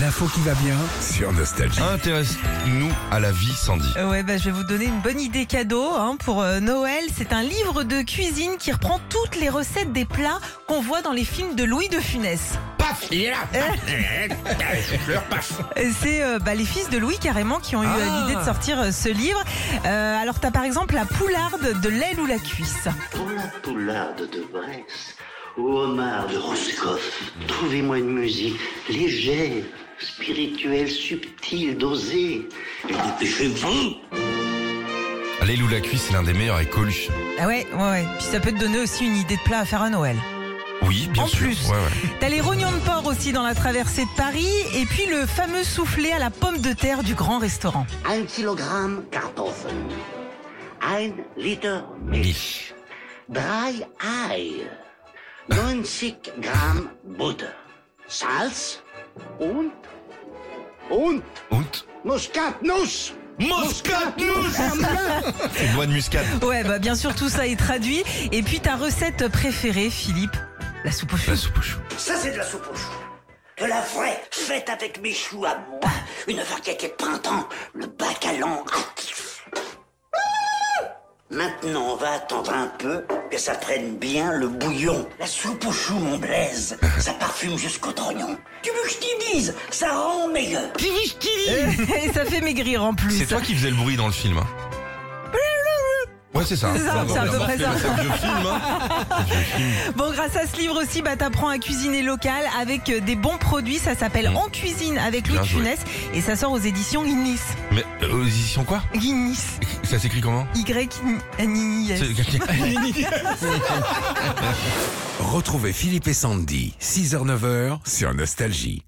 L'info qui va bien. sur Nostalgie. Intéresse-nous à la vie, Sandy. Euh, Ouais, bah, je vais vous donner une bonne idée cadeau hein, pour euh, Noël. C'est un livre de cuisine qui reprend toutes les recettes des plats qu'on voit dans les films de Louis de Funès. Paf, il est là. Eh, Fleur, paf. Euh, C'est euh, bah, les fils de Louis carrément qui ont eu euh, l'idée de sortir euh, ce livre. Euh, alors t'as par exemple la poularde de l'aile ou la cuisse. Pour la poularde de Bresse, au homard de Roscoff, trouvez-moi une musique légère, spirituelle, subtile, dosée. Et dépêchez-vous Allez, Lou la cuisse, c'est l'un des meilleurs et Coluche. Ah ouais, ouais, ouais. Puis ça peut te donner aussi une idée de plat à faire à Noël. Oui, bien En sûr. plus. Ouais, ouais. T'as les rognons de porc aussi dans la traversée de Paris et puis le fameux soufflé à la pomme de terre du grand restaurant. Ein Kilogramm Kartoffeln, ein Liter Milch, drei Eier, 90 Gramm Butter, Salz und, und Und Muskatnuss. Moscatnuss C'est noix de muscade. Ouais, bah bien sûr tout ça est traduit. Et puis ta recette préférée, Philippe, la soupe aux choux. La soupe au chou. Ça, c'est de la soupe aux choux. De la vraie, faite avec mes choux à moi. Une variété de printemps, le bacalan actif. Ah Maintenant, on va attendre un peu que ça prenne bien le bouillon. La soupe aux choux, mon blaise, ça parfume jusqu'au trognon. Tu veux que je t'y dise Ça rend meilleur. Et ça fait maigrir en plus. C'est toi qui faisais le bruit dans le film. hein. Ouais, c'est ça. C'est ça, Ouais, c'est à ouais, peu ouais. près ça. C'est un vieux film, hein. Bon, grâce à ce livre aussi, bah, t'apprends à cuisiner local avec euh, des bons produits. Ça s'appelle Mmh. En cuisine avec Louis Bien de joué. Funès et ça sort aux éditions Guinness. Mais euh, aux éditions quoi Guinness. Ça s'écrit comment Y-N-I-S. C'est- Retrouvez Philippe et Sandy, 6h-9h sur Nostalgie.